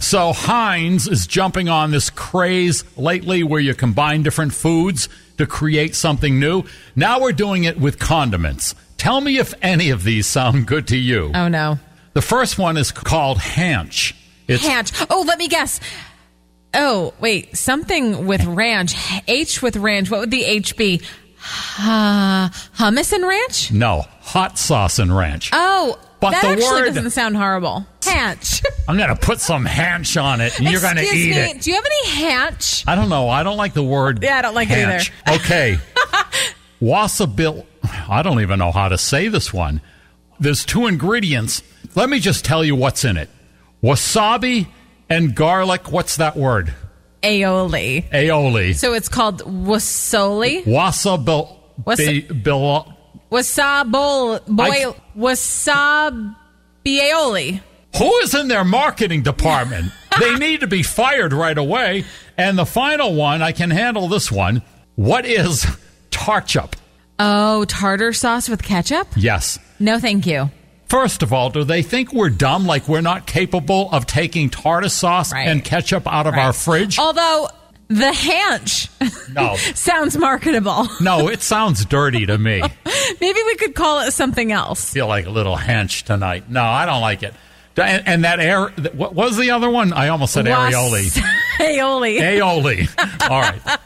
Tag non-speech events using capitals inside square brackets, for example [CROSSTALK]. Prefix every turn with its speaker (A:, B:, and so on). A: So Heinz is jumping on this craze lately where you combine different foods to create something new. Now we're doing it with condiments. Tell me if any of these sound good to you.
B: Oh no.
A: The first one is called hanch. It's
B: Hanch. Oh, let me guess. Oh, wait, something with ranch. H with ranch. What would the H be? Uh, hummus and ranch?
A: no, hot sauce and ranch.
B: Oh,
A: But
B: that
A: the
B: actually
A: word-
B: doesn't sound horrible. Hanch.
A: I'm going to put some hanch on it and you're going to
B: Excuse
A: eat
B: me,
A: it.
B: Do you have any hanch?
A: I don't know. I don't like the word.
B: Yeah, I don't like it either.
A: hanch.
B: [LAUGHS]
A: Okay. Wasabil. I don't even know how to say this one. There's two ingredients. Let me just tell you what's in it wasabi and garlic. What's that word?
B: Aioli.
A: Aioli.
B: So it's called wasoli?
A: Wasabil.
B: Wasa-
A: bi- bil-
B: Wasabol boil
A: I-
B: wasabi aioli.
A: Who is in their marketing
B: [LAUGHS]
A: department? they need to be fired right away. And the final one, I can handle this one. What is tarchup?
B: Oh, tartar sauce with ketchup?
A: Yes.
B: No, thank you.
A: First of all, do they think we're dumb, like we're not capable of taking tartar sauce
B: Right. Oh.
A: and ketchup out of our fridge?
B: Although the [LAUGHS] hanch
A: No.
B: sounds marketable. [LAUGHS]
A: No, it sounds dirty to me. I
B: Maybe we could call it something else.
A: feel like a little hench tonight. No, I don't like it. And, and that air, what was the other one? I almost said
B: Was-
A: areoli.
B: [LAUGHS] aioli.
A: Aioli. All right.